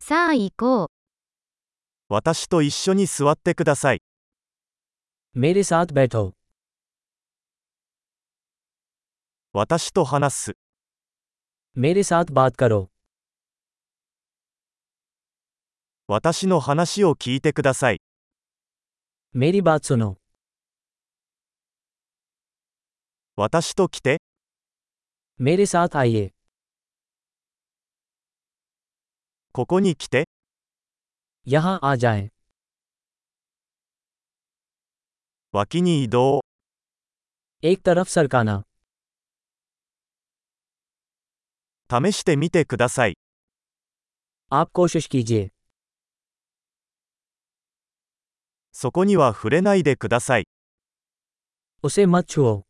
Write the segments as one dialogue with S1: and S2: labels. S1: さあ行こう。
S2: 私と一緒に座ってください。
S3: मेरे साथ बैठो
S2: 私と話す。
S3: मेरे साथ बात करो
S2: 私の話を聞いてください。
S3: मेरी बात सुनो
S2: 私と来て、
S3: मेरे साथ आइए
S2: ここに来て、
S3: यहाँ आ जाएं।
S2: 脇に移動、
S3: एक तरफ सरकाना
S2: 試してみてください。
S3: आप कोशिश कीजिए
S2: そこには触れないでください。
S3: उसे मत छुओ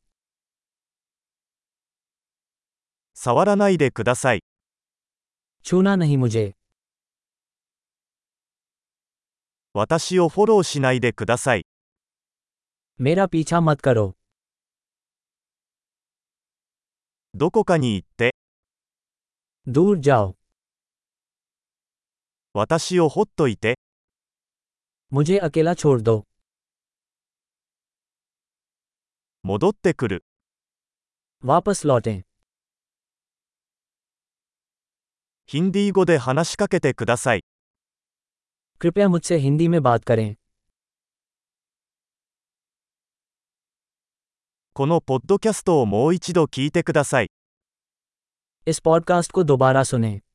S2: 触らないでください。
S3: छूना नहीं मुझे
S2: 私をフォローしないでください。
S3: मेरा पीछा मत करो
S2: どこかに行って、
S3: दूर जाओ
S2: 私をほっといて、
S3: मुझे अकेला छोड़ दो
S2: 戻ってくる。
S3: वापस लौटें
S2: ヒンディー語で話しかけてください。
S3: कृपया मुझसे हिंदी में बात करें
S2: このポッドキャストをもう一度聞いてください。
S3: इस पॉडकास्ट को दोबारा सुनें